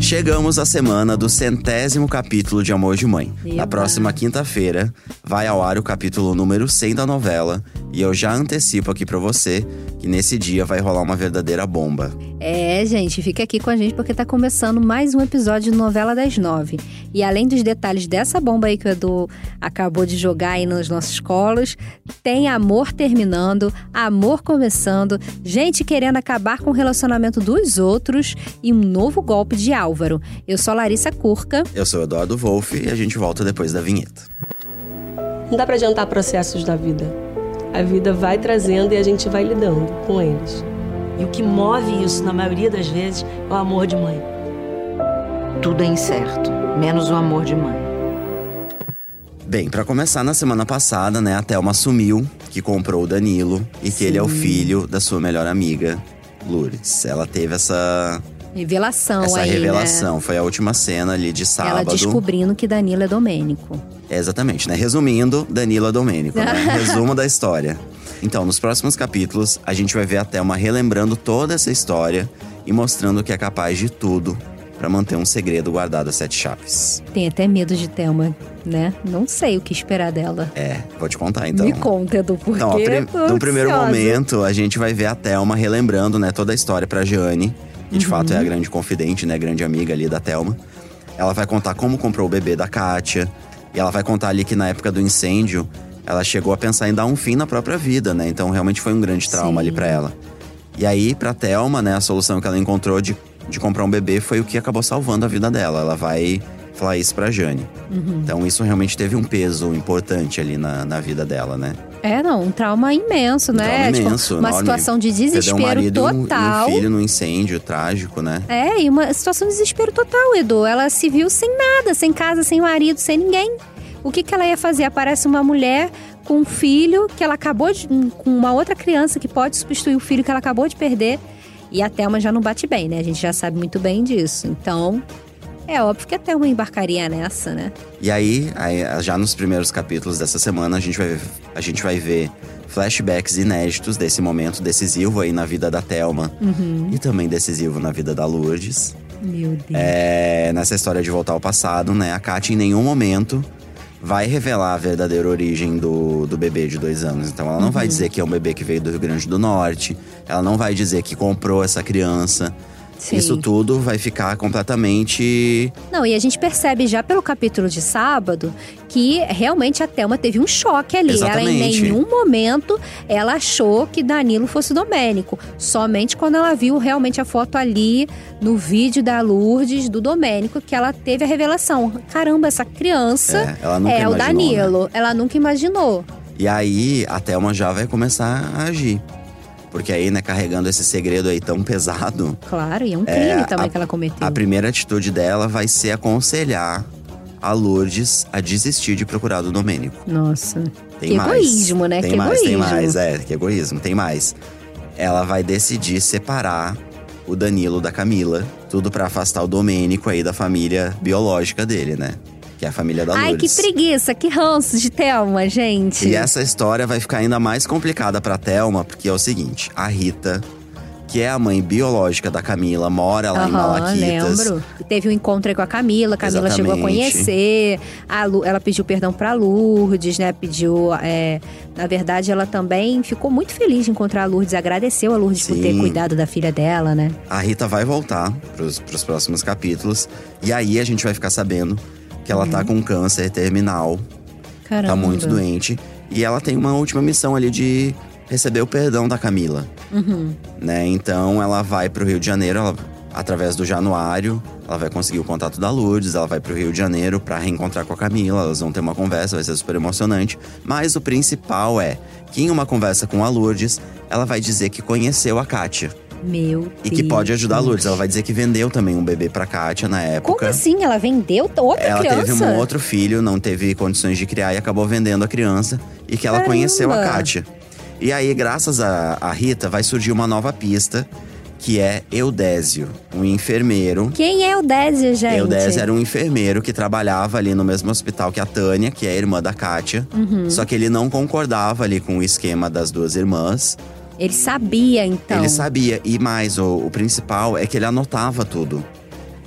Chegamos à semana do centésimo capítulo de Amor de Mãe. Na próxima quinta-feira vai ao ar o capítulo número 100 da novela e eu já antecipo aqui pra você que nesse dia vai rolar uma verdadeira bomba. É, gente, fica aqui com a gente porque tá começando mais um episódio do Novela das Nove. E além dos detalhes dessa bomba aí que o Edu acabou de jogar aí nos nossos colos, tem amor terminando, amor começando, gente querendo acabar com o relacionamento dos outros e um novo golpe de Álvaro. Eu sou a Larissa Kurka. Eu sou Eduardo Wolff e a gente volta depois da vinheta. Não dá pra adiantar processos da vida. A vida vai trazendo e a gente vai lidando com eles. E o que move isso, na maioria das vezes, é o amor de mãe. Tudo é incerto, menos o amor de mãe. Bem, pra começar, na semana passada, né, a Thelma assumiu que comprou o Danilo e que ele é o filho da sua melhor amiga, Lourdes. Ela teve essa, Revelação essa aí, né? revelação. Foi a última cena ali de sábado. Ela descobrindo que Danilo é Domênico. É, Exatamente, né? Resumindo, Danilo Domênico, né? Resumo da história. Então, nos próximos capítulos, a gente vai ver a Thelma relembrando toda essa história e mostrando que é capaz de tudo pra manter um segredo guardado a sete chaves. Tem até medo de Thelma, né? Não sei o que esperar dela. É, vou te contar então. Me conta, Edu, porque Então, ó, prim- eu tô no primeiro ansiosa. momento, a gente vai ver a Thelma relembrando, né, toda a história pra Jeane, que de fato é Uhum. a grande confidente, né, grande amiga ali da Thelma. Ela vai contar como comprou o bebê da Kátia, e ela vai contar ali que na época do incêndio, ela chegou a pensar em dar um fim na própria vida, né? Então realmente foi um grande trauma Sim. ali pra ela. E aí, pra Thelma, né, a solução que ela encontrou de, de comprar um bebê foi o que acabou salvando a vida dela. Ela vai falar isso pra Jane. Uhum. Então isso realmente teve um peso importante ali na, na vida dela, né? É, não, um trauma imenso, né? Um trauma Tipo, imenso, uma enorme. situação de Perdeu desespero um marido e um- total. E um filho num incêndio trágico, né? É, e uma situação de desespero total, Edu. Ela se viu sem nada, sem casa, sem marido, sem ninguém. O que, que ela ia fazer? Aparece uma mulher com um filho que ela acabou de. um- com uma outra criança que pode substituir o filho que ela acabou de perder. E a Thelma já não bate bem, né? A gente já sabe muito bem disso. Então, é óbvio que a Thelma embarcaria nessa, né? E aí, aí, já nos primeiros capítulos dessa semana, a gente vai, a gente vai ver flashbacks inéditos desse momento decisivo aí na vida da Thelma. E também decisivo na vida da Lourdes. Uhum. Meu Deus. É, nessa história de voltar ao passado, né? A Kátia em nenhum momento vai revelar a verdadeira origem do, do bebê de dois anos. Então ela não Uhum. vai dizer que é um bebê que veio do Rio Grande do Norte. Ela não vai dizer que comprou essa criança. Sim. Isso tudo vai ficar completamente Não, e a gente percebe já pelo capítulo de sábado que realmente a Thelma teve um choque ali. Ela em Exatamente. nenhum momento ela achou que Danilo fosse Domênico. Somente quando ela viu realmente a foto ali no vídeo da Lourdes do Domênico que ela teve a revelação. Caramba, essa criança É, ela é, nunca o imaginou, né? Danilo. Ela nunca imaginou. E aí a Thelma já vai começar a agir. Porque aí, né, carregando esse segredo aí tão pesado, Claro, e é um crime É, também a- que ela cometeu. a primeira atitude dela vai ser aconselhar a Lourdes a desistir de procurar do Domênico. Nossa. Tem que mais. egoísmo, né? Tem que mais, tem egoísmo. mais, é, que egoísmo, tem mais. Ela vai decidir separar o Danilo da Camila, tudo pra afastar o Domênico aí da família biológica dele, né? Que é a família da Ai, que Lourdes. preguiça, que ranço de Thelma, gente. E essa história vai ficar ainda mais complicada pra Thelma, porque é o seguinte: a Rita, que é a mãe biológica da Camila, mora lá em Aham, Malaquitas. lembro. Teve um encontro aí com a Camila, a Camila chegou a Exatamente. conhecer, a Lu- ela pediu perdão pra Lourdes, né? Pediu. é, na verdade, ela também ficou muito feliz de encontrar a Lourdes, agradeceu a Lourdes por Sim. ter cuidado da filha dela, né? A Rita vai voltar pros, pros próximos capítulos. E aí a gente vai ficar sabendo que ela tá com câncer terminal, Uhum. Caramba. tá muito doente. E ela tem uma última missão ali de receber o perdão da Camila. Uhum. né? Então ela vai pro Rio de Janeiro, ela- através do Januário, ela vai conseguir o contato da Lourdes, ela vai pro Rio de Janeiro pra reencontrar com a Camila, elas vão ter uma conversa, vai ser super emocionante. Mas o principal é que em uma conversa com a Lourdes, ela vai dizer que conheceu a Kátia Meu e Deus. que pode ajudar a Lourdes. Ela vai dizer que vendeu também um bebê pra Kátia na época. Como assim? Ela vendeu t- outra Ela criança? teve um outro filho, não teve condições de criar e acabou vendendo a criança. E que ela Caramba! conheceu a Kátia. E aí, graças a, a Rita, vai surgir uma nova pista, que é Eudésio, um enfermeiro. Quem é o Désio, gente? Eudésio era um enfermeiro que trabalhava ali no mesmo hospital que a Tânia, que é a irmã da Kátia. Uhum. Só que ele não concordava ali com o esquema das duas irmãs. Ele sabia, então. Ele sabia. E mais, o, o principal é que ele anotava tudo.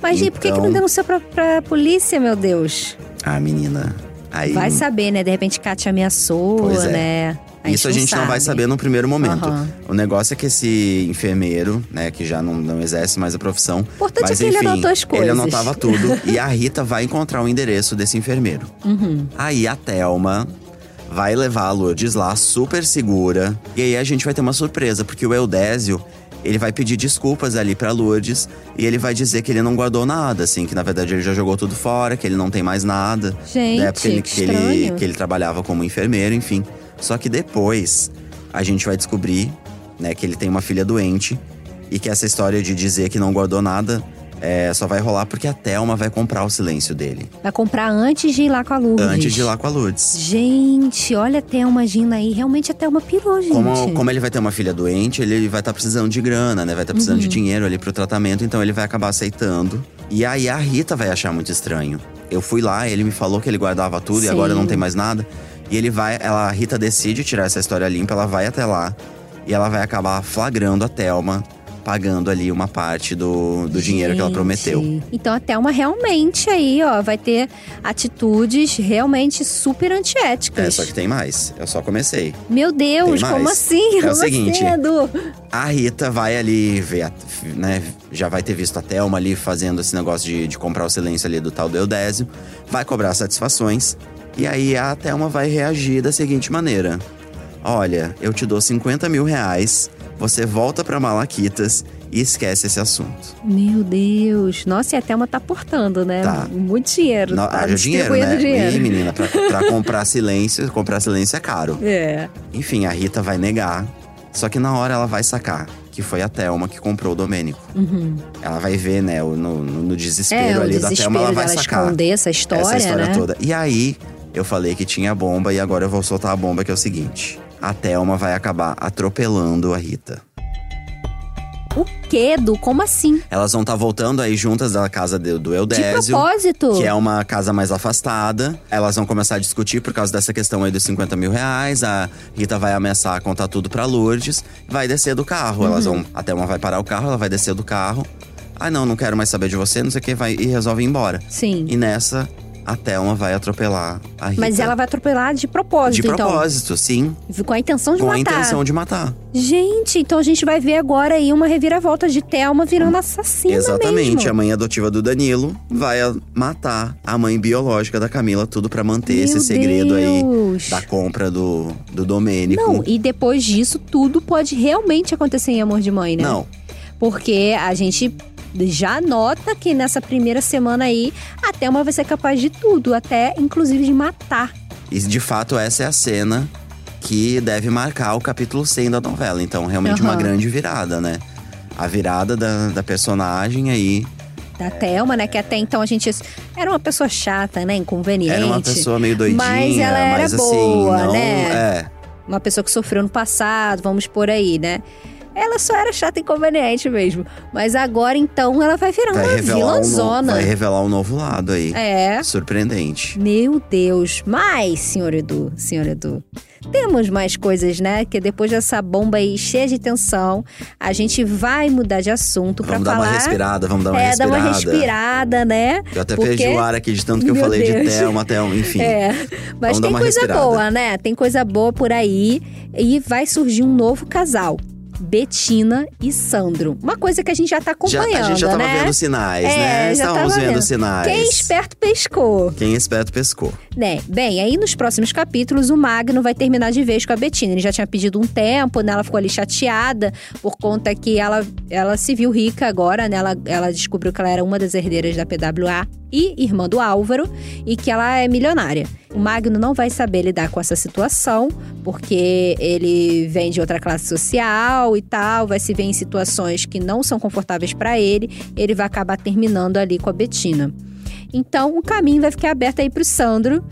Mas, gente, por que, que não Então- denunciou pra, pra polícia, meu Deus? Ah, menina. Aí. Vai saber, né? De repente, Kátia ameaçou, Pois é. né? Isso a gente não vai saber no primeiro momento. Aham. O negócio é que esse enfermeiro, né, que já não, não exerce mais a profissão. O importante mas é que enfim, ele anotou as coisas. Ele anotava tudo. e a Rita vai encontrar o endereço desse enfermeiro. Uhum. Aí a Thelma vai levar a Lourdes lá, super segura. E aí a gente vai ter uma surpresa, porque o Eudésio, ele vai pedir desculpas ali pra Lourdes. E ele vai dizer que ele não guardou nada, assim. Que na verdade ele já jogou tudo fora, que ele não tem mais nada. Gente, da época ele- que que, ele, estranho. que ele trabalhava como enfermeiro, enfim. Só que depois, a gente vai descobrir, né, que ele tem uma filha doente. E que essa história de dizer que não guardou nada… é, só vai rolar porque a Thelma vai comprar o silêncio dele. Vai comprar antes de ir lá com a Lourdes. Antes de ir lá com a Lourdes. Gente, olha a Thelma Gina aí. Realmente a Thelma pirou, gente. Como, como ele vai ter uma filha doente, ele vai estar precisando de grana, né? Vai estar precisando Uhum. de dinheiro ali pro tratamento, então ele vai acabar aceitando. E aí a Rita vai achar muito estranho. Eu fui lá, ele me falou que ele guardava tudo e Sim. agora não tem mais nada. E ele vai, ela, a Rita decide tirar essa história limpa, ela vai até lá e ela vai acabar flagrando a Thelma, pagando ali uma parte é do, do dinheiro que ela Gente. prometeu. Então a Thelma realmente aí, ó, vai ter atitudes realmente super É, antiéticas. só que tem mais. Eu só comecei. Meu Deus, Tem como mais. assim? É o como seguinte, assim, Edu? A Rita vai ali ver, a- né? Já vai ter visto a Thelma ali fazendo esse negócio de, de comprar o silêncio ali do tal do Eudésio. Vai cobrar satisfações. E aí a Thelma vai reagir da seguinte maneira: Olha, eu te dou 50 mil reais, você volta pra Malaquitas e esquece esse assunto. Meu Deus. Nossa, e a Thelma tá portando, né? Tá. Muito dinheiro. Não, tá haja dinheiro, distribuindo né? Ih, dinheiro. menina, pra, pra comprar silêncio, comprar silêncio é caro. É. Enfim, a Rita vai negar. Só que na hora ela vai sacar que foi a Thelma que comprou o Domênico. Uhum. Ela vai ver, né, o- no, no- no É, desespero o ali da desespero Thelma, ela vai dela sacar esconder essa história, essa história né? toda. E aí, eu falei que tinha bomba e agora eu vou soltar a bomba, que é o seguinte. A Thelma vai acabar atropelando a Rita. O quê, Edu? Como assim? Elas vão estar voltando aí juntas da casa do, do De Eudésio. propósito? Que é uma casa mais afastada. Elas vão começar a discutir por causa dessa questão aí dos 50 mil reais. A Rita vai ameaçar contar tudo pra Lourdes. Vai descer do carro. Elas Uhum. vão. A Thelma vai parar o carro, ela vai descer do carro. Ah, não, não quero mais saber de você, não sei o que, vai, e resolve ir embora. Sim. E nessa, a Thelma vai atropelar a Rita. Mas ela vai atropelar de propósito, De propósito, sim. então. Com a intenção de Com a matar. intenção de matar. Gente, então a gente vai ver agora aí uma reviravolta de Thelma virando assassina Exatamente. é mesmo. A mãe adotiva do Danilo vai a- matar a mãe biológica da Camila, tudo pra manter Meu esse segredo aí Deus. da compra do, do Domênico. Não, e depois disso, tudo pode realmente acontecer em Amor de Mãe, né? Não, Porque a gente já nota que nessa primeira semana aí, a Thelma vai ser capaz de tudo, até inclusive de matar. E de fato, essa é a cena que deve marcar o capítulo 100 da novela. Então, realmente, uma Aham. grande virada, né? A virada da, da personagem aí. Da Thelma, né? Que até então a gente era uma pessoa chata, né? Inconveniente. Era uma pessoa meio doidinha, mas ela era mas, assim, boa, não. né? É. uma pessoa que sofreu no passado, vamos por aí, né? Ela só era chata e inconveniente mesmo. Mas agora, então, ela vai virar Vai uma revelar, um no- vilãzona. vai revelar um novo lado aí. É. Surpreendente. Meu Deus. Mas, senhor Edu, senhor Edu, temos mais coisas, né? Que depois dessa bomba aí cheia de tensão, a gente vai mudar de assunto pra Vamos dar falar. uma respirada, vamos dar uma é, respirada. dar uma respirada, né? Eu até Porque- perdi o ar aqui de tanto que eu Meu falei Deus. de Thelma, Thelma, enfim. É, mas Vamos dar tem uma coisa respirada. boa, né? Tem coisa boa por aí e vai surgir um novo casal. Betina e Sandro. Uma coisa que a gente já tá Já- acompanhando, a gente já tava né? vendo sinais, É, né? já Estávamos tava vendo, vendo. sinais. Quem esperto pescou, Quem é esperto pescou. né? Bem, aí nos próximos capítulos o Magno vai terminar de vez com a Betina. Ele já tinha pedido um tempo, né? Ela ficou ali chateada por conta que ela, ela se viu rica agora, né? Ela, ela descobriu que ela era uma das herdeiras da PWA e irmã do Álvaro e que ela é milionária. O Magno não vai saber lidar com essa situação, porque ele vem de outra classe social e tal, vai se ver em situações que não são confortáveis para ele, ele vai acabar terminando ali com a Betina. Então, o caminho vai ficar aberto aí pro Sandro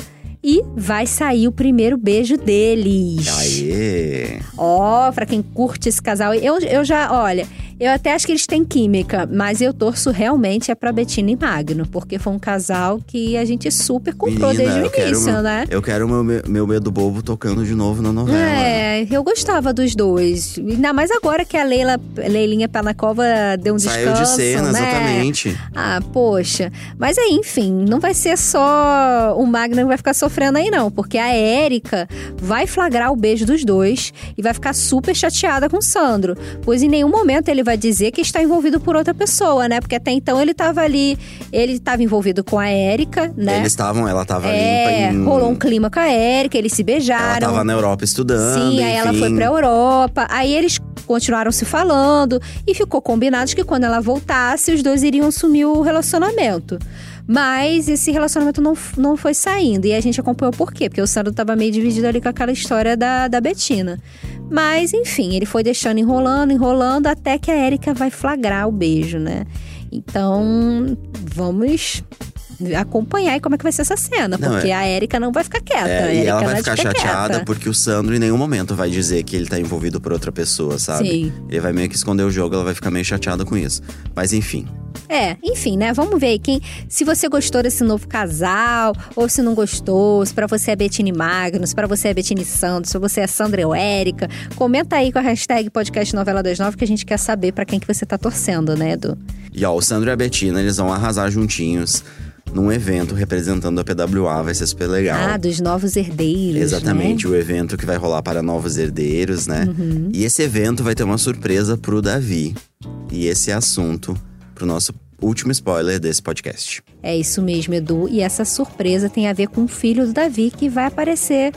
e vai sair o primeiro beijo deles. Aê! Ó, pra quem curte esse casal, eu, eu já, olha, Eu até acho que eles têm química, mas eu torço realmente é pra Betina e Magno, porque foi um casal que a gente super comprou Menina, eu desde o quero início, meu- né? Eu quero meu, meu, meu medo bobo tocando de novo na novela. É, eu gostava dos dois. Ainda mais agora que a Leila, Leilinha Penacova deu um Saiu de descanso, cena, né? exatamente. Ah, poxa. Mas aí, enfim, não vai ser só o Magno que vai ficar sofrendo aí, não. Porque a Érica vai flagrar o beijo dos dois e vai ficar super chateada com o Sandro. Pois em nenhum momento ele vai dizer que está envolvido por outra pessoa, né? Porque até então ele tava ali, ele estava envolvido com a Érica, né? Eles estavam, ela tava é, limpa em. rolou um clima com a Érica, eles se Ela beijaram. tava na Europa estudando. Sim, enfim. aí ela foi pra Europa. Aí eles continuaram se falando e ficou combinado de que quando ela voltasse, os dois iriam assumir o relacionamento. Mas esse relacionamento não, f- não foi saindo. E a gente acompanhou por quê? Porque o Sandro tava meio dividido ali com aquela história da, da Betina. Mas, enfim, ele foi deixando enrolando, enrolando, até que a Érica vai flagrar o beijo, né? Então, vamos acompanhar aí como é que vai ser essa cena. Não, porque a Érica não vai ficar quieta. a É, e Érica ela não vai é de ficar chateada quieta. porque o Sandro em nenhum momento vai dizer que ele tá envolvido por outra pessoa, sabe? Sim. Ele vai meio que esconder o jogo, ela vai ficar meio chateada com isso. Mas enfim, É, enfim, né? Vamos ver aí quem. Se você gostou desse novo casal, ou se não gostou, se pra você é Bettine Magnus, se pra você é Bettine Santos, se você é Sandra ou Érica, comenta aí com a hashtag podcast novela 29 que a gente quer saber pra quem que você tá torcendo, né, Edu? E ó, o Sandro e a Betina, eles vão arrasar juntinhos num evento representando a PWA, vai ser super legal. Ah, né? dos novos herdeiros. Exatamente, o evento que vai rolar para novos herdeiros, Uhum. né? E esse evento vai ter uma surpresa pro Davi. E esse é assunto pro nosso último spoiler desse podcast. Né? É isso mesmo, Edu. E essa surpresa tem a ver com o filho do Davi que vai aparecer.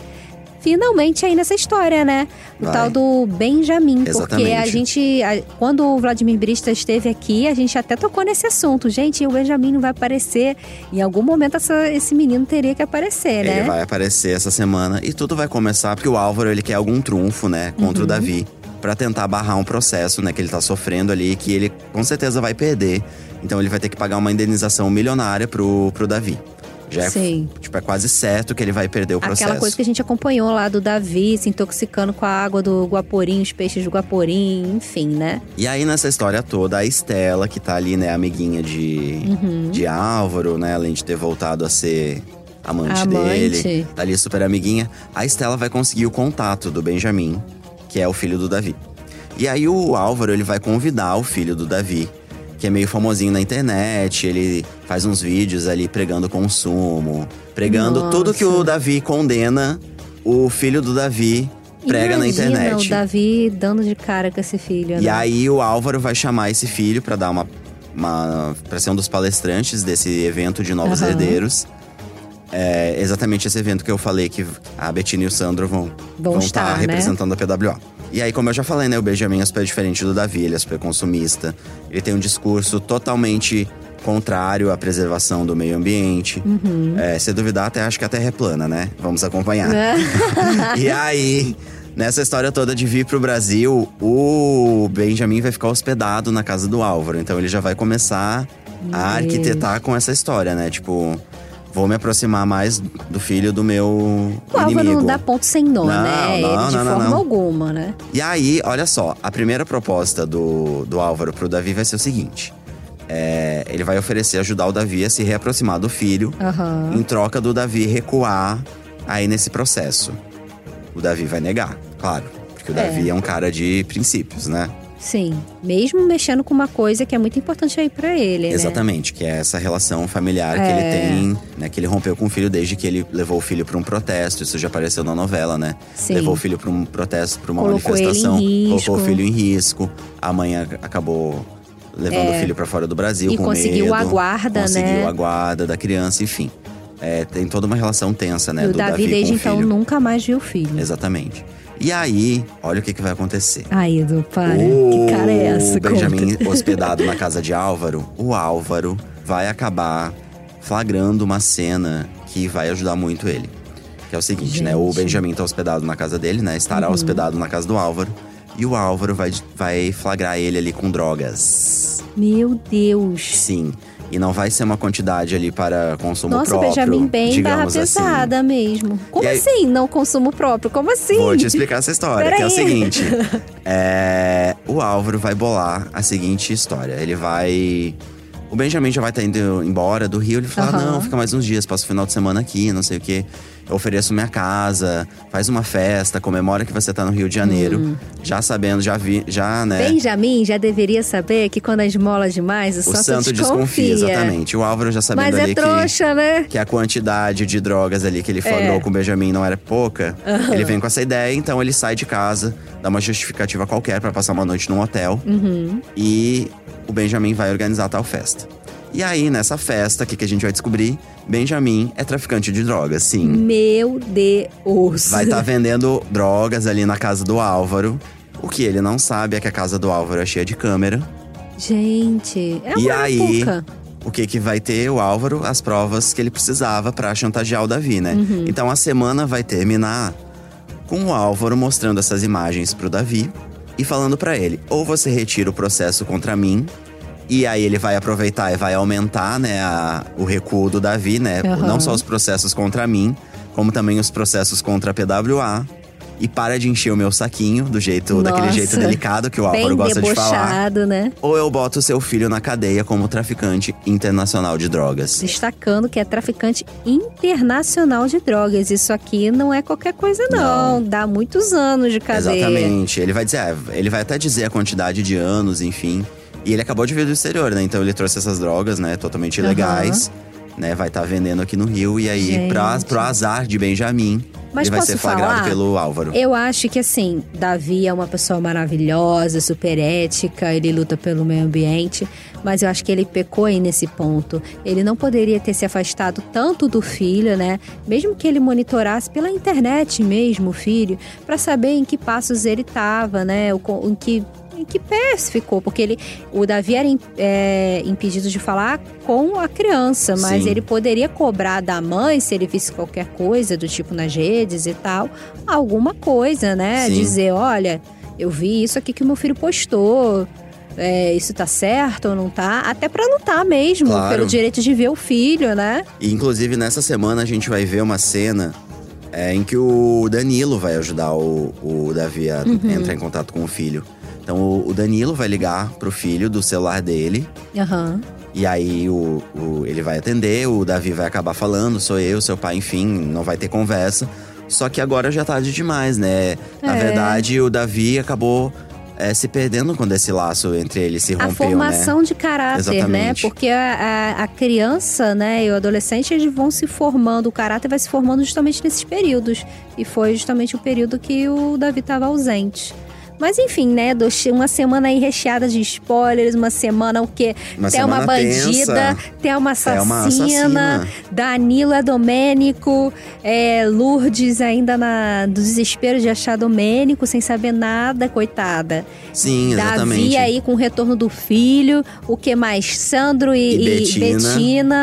Finalmente aí nessa história, né? O Vai. tal do Benjamin, porque a Exatamente. gente, a- quando o Vladimir Brista esteve aqui, a gente até tocou nesse assunto. Gente, o Benjamin não vai aparecer. Em algum momento, essa- esse menino teria que aparecer, né? Ele vai aparecer essa semana e tudo vai começar porque o Álvaro ele quer algum trunfo, né, contra Uhum. o Davi, Pra tentar barrar um processo, né, que ele tá sofrendo ali que ele com certeza vai perder. Então ele vai ter que pagar uma indenização milionária pro, pro Davi. Já é, Sim. tipo, é quase certo que ele vai perder o processo. Aquela coisa que a gente acompanhou lá do Davi se intoxicando com a água do Guaporim, os peixes do Guaporim, enfim, né? E aí, nessa história toda, a Estela, que tá ali, né, amiguinha de, Uhum. de Álvaro, né, além de ter voltado a ser amante, Amante. dele, tá ali super amiguinha, a Estela vai conseguir o contato do Benjamin, que é o filho do Davi. E aí, o Álvaro, ele vai convidar o filho do Davi, que é meio famosinho na internet, ele faz uns vídeos ali pregando consumo, pregando tudo que o Davi condena, o filho do Davi prega na Imagina internet. o Davi dando de cara com esse filho, né? E aí o Álvaro vai chamar esse filho pra dar uma, uma para ser um dos palestrantes desse evento de novos Aham. herdeiros. É exatamente esse evento que eu falei que a Bettina e o Sandro vão Vão estar estar, né? representando a PWA. E aí, como eu já falei, né, o Benjamin é super diferente do Davi, ele é super consumista. Ele tem um discurso totalmente contrário à preservação do meio ambiente. Uhum. É, se duvidar, até acho que a Terra é plana, né? Vamos acompanhar. Né? E aí, nessa história toda de vir pro Brasil, o Benjamin vai ficar hospedado na casa do Álvaro. Então ele já vai começar a arquitetar com essa história, né? Tipo, vou me aproximar mais do filho do meu O Álvaro inimigo. não dá ponto sem nó, Não, né? não, Ele de não, não, forma não. alguma, né? E aí, olha só, a primeira proposta do, do Álvaro pro Davi vai ser o seguinte. É, ele vai oferecer ajudar o Davi a se reaproximar do filho Aham. em troca do Davi recuar aí nesse processo. O Davi vai negar, claro. Porque o Davi é um cara de princípios, né? Sim. Mesmo mexendo com uma coisa que é muito importante aí pra ele, né? Exatamente, que é essa relação familiar que ele É. tem, né? Que ele rompeu com o filho desde que ele levou o filho pra um protesto. Isso já apareceu na novela, né? Sim. Levou o filho pra um protesto, pra uma Colocou ele em manifestação, risco. colocou o filho em risco. A mãe ac- acabou levando o filho pra fora do Brasil É. E com conseguiu medo, a guarda, conseguiu né? a guarda da criança, enfim. É, tem toda uma relação tensa, né? e o do Davi, Davi desde com o então, filho. nunca mais viu o filho. Exatamente. E aí, olha o que, que vai acontecer. Aí, Edu, para. O que cara é essa? Benjamin Conta. hospedado na casa de Álvaro, o Álvaro vai acabar flagrando uma cena que vai ajudar muito ele. Que é o seguinte, né? O Benjamin tá hospedado na casa dele, né? Uhum. Estará hospedado na casa do Álvaro. E o Álvaro vai, vai flagrar ele ali com drogas. Meu Deus. Sim. E não vai ser uma quantidade ali para consumo Nossa, próprio. Benjamin bem barra digamos assim. pesada mesmo. Como E aí- assim? Não consumo próprio? Como assim? Vou te explicar essa história, que é o Peraí. seguinte. é, o Álvaro vai bolar a seguinte história. Ele vai. O Benjamin já vai estar indo embora do Rio. Ele fala: Aham. não, fica mais uns dias, passa o final de semana aqui, não sei o quê. Eu ofereço minha casa, faz uma festa, comemora que você tá no Rio de Janeiro. Hum. Já sabendo, já vi, já, né? Benjamin já deveria saber que quando a esmola é demais, o, o santo, santo desconfia, exatamente. O Álvaro já sabendo Mas ali é que. trouxa, É. né? que a quantidade de drogas ali que ele flagrou com o Benjamin não era pouca, ele vem com essa ideia, então ele sai de casa, dá uma justificativa qualquer pra passar uma noite num hotel Uhum. e o Benjamin vai organizar tal festa. E aí, nessa festa, o que, que a gente vai descobrir? Benjamin é traficante de drogas, sim. Meu Deus. Vai tá. estar vendendo drogas ali na casa do Álvaro. O que ele não sabe é que a casa do Álvaro é cheia de câmera. Gente, é uma E aí, arapuca. o que que vai ter o Álvaro, as provas que ele precisava pra chantagear o Davi, né? Uhum. Então a semana vai terminar com o Álvaro mostrando essas imagens pro Davi e falando pra ele: ou você retira o processo contra mim. E aí ele vai aproveitar e vai aumentar, né, a- o recuo do Davi, né? Aham. Não só os processos contra mim, como também os processos contra a PWA. E para de encher o meu saquinho do jeito, daquele Nossa. jeito delicado que o Álvaro Bem gosta de falar debochado, né? ou eu boto seu filho na cadeia como traficante internacional de drogas. Destacando que é traficante internacional de drogas. Isso aqui não é qualquer coisa, não. Dá muitos anos de cadeia. Exatamente. Ele vai dizer, é, ele vai até dizer a quantidade de anos, enfim. E ele acabou de vir do exterior, né? Então ele trouxe essas drogas, né, totalmente Aham. ilegais, né? Vai estar vendendo aqui no Rio e aí Gente. pra, pro azar de Benjamin, Mas ele vai posso ser flagrado falar? pelo Álvaro. Eu acho que assim, Davi é uma pessoa maravilhosa, super ética, ele luta pelo meio ambiente, mas eu acho que ele pecou aí nesse ponto. Ele não poderia ter se afastado tanto do filho, né? Mesmo que ele monitorasse pela internet mesmo o filho, pra saber em que passos ele tava, né? O co- Em que em que pé ficou, porque ele, o Davi era im- é, impedido de falar com a criança, mas Sim. ele poderia cobrar da mãe se ele visse qualquer coisa do tipo nas redes e tal, alguma coisa, né? Sim. Dizer, olha, eu vi isso aqui que o meu filho postou. é, isso tá certo ou não tá? Até pra lutar mesmo, Claro. pelo direito de ver o filho, né? E inclusive nessa semana a gente vai ver uma cena é, em que o Danilo vai ajudar o, o Davi a Uhum. entrar em contato com o filho. Então o, o Danilo vai ligar pro filho do celular dele. Aham. E aí o, o- ele vai atender, o Davi vai acabar falando, sou eu, seu pai, enfim, não vai ter conversa. Só que agora já é tarde demais, né? Na É. verdade, o Davi acabou é, se perdendo quando esse laço entre eles se rompeu, né? a formação de caráter, né? Exatamente. Porque a, a- a criança, né, e o adolescente, eles vão se formando, o caráter vai se formando justamente nesses períodos. E foi justamente o período que o Davi estava ausente. Mas enfim, né? dois- Uma semana aí recheada de spoilers, uma semana o quê? né? Uma Tem é uma semana tensa, bandida, tem uma é uma assassina, Danilo é Domênico, é, Lourdes ainda na, no desespero de achar Domênico sem saber nada, coitada. Sim, exatamente. Davi aí com o retorno do filho, o que mais? Sandro e, E e Betina. Betina.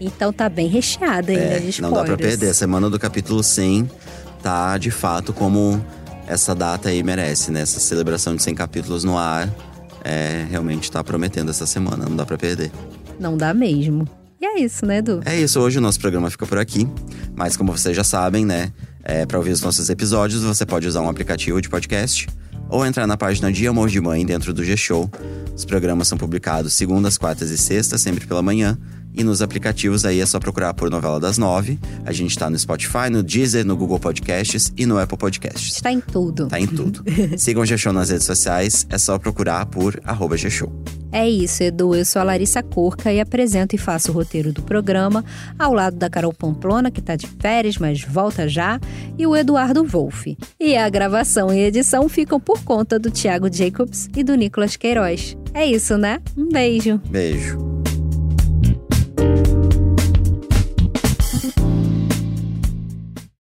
Então tá bem recheada ainda É, de não dá spoilers. pra perder. A semana do capítulo 100 tá, de fato, como essa data aí merece, né? Essa celebração de 100 capítulos no ar. É, realmente tá prometendo essa semana, não dá pra perder. Não dá mesmo. E é isso, né, Edu? É isso, hoje o nosso programa fica por aqui. Mas como vocês já sabem, né? É, para ouvir os nossos episódios, você pode usar um aplicativo de podcast ou entrar na página de Amor de Mãe dentro do G-Show. Os programas são publicados segundas, quartas e sextas, sempre pela manhã. E nos aplicativos aí é só procurar por Novela das Nove. A gente tá no Spotify, no Deezer, no Google Podcasts e no Apple Podcasts. Está em tudo. Tá em tudo. Sigam o G-Show nas redes sociais, é só procurar por arroba G-Show. É isso, Edu. Eu sou a Larissa Corca e apresento e faço o roteiro do programa, ao lado da Carol Pamplona, que tá de férias, mas volta já, e o Eduardo Wolff. E a gravação e edição ficam por conta do Thiago Jacobs e do Nicolas Queiroz. É isso, né? Um beijo. Beijo.